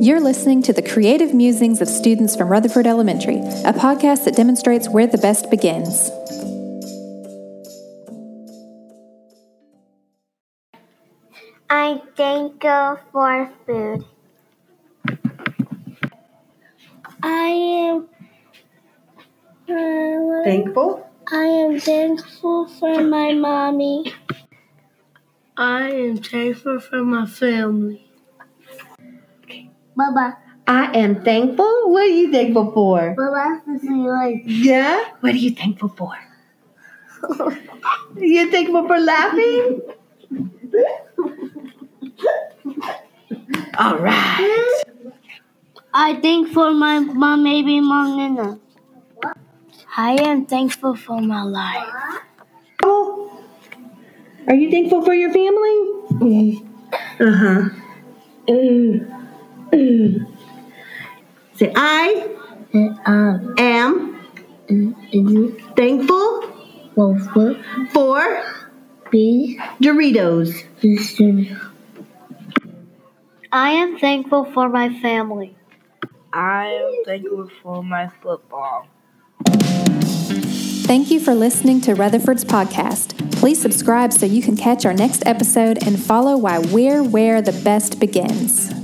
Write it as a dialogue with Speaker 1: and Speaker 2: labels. Speaker 1: You're listening to the creative musings of students from Rutherford Elementary, a podcast that demonstrates where the best begins.
Speaker 2: I'm thankful for food. I am. uh,
Speaker 3: thankful.
Speaker 2: I am thankful for my mommy.
Speaker 4: I am thankful for my family.
Speaker 2: Baba,
Speaker 3: I am thankful. What are you thankful for?
Speaker 2: Baba, this is yours.
Speaker 3: Yeah? What are you thankful for? You're thankful for laughing? All right.
Speaker 2: I thank for my mom, baby mom, Nina. I am thankful for my life.
Speaker 3: Are you thankful for your family? Uh huh. Mm-hmm. Say, I am Mm-hmm. thankful for Doritos.
Speaker 2: I am thankful for my family.
Speaker 4: I am thankful for my football.
Speaker 1: Thank you for listening to Rutherford's podcast. Please subscribe so you can catch our next episode and follow why we're where the best begins.